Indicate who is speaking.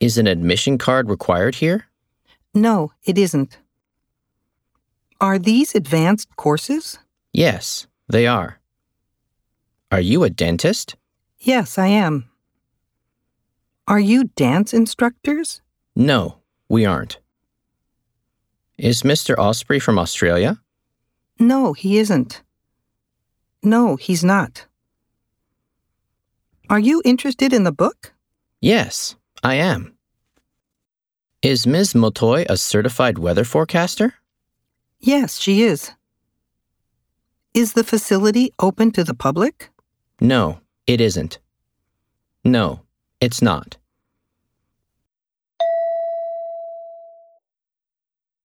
Speaker 1: Is an admission card required here?
Speaker 2: No, it isn't. Are these advanced courses?
Speaker 1: Yes, they are. Are you a dentist?
Speaker 2: Yes, I am. Are you dance instructors?
Speaker 1: No, we aren't. Is Mr. Osprey from Australia?
Speaker 2: No, he isn't. No, he's not. Are you interested in the book?
Speaker 1: Yes, I am. Is Ms. Motoy a certified weather forecaster?
Speaker 2: Yes, she is. Is the facility open to the public?
Speaker 1: No, it isn't. No, it's not.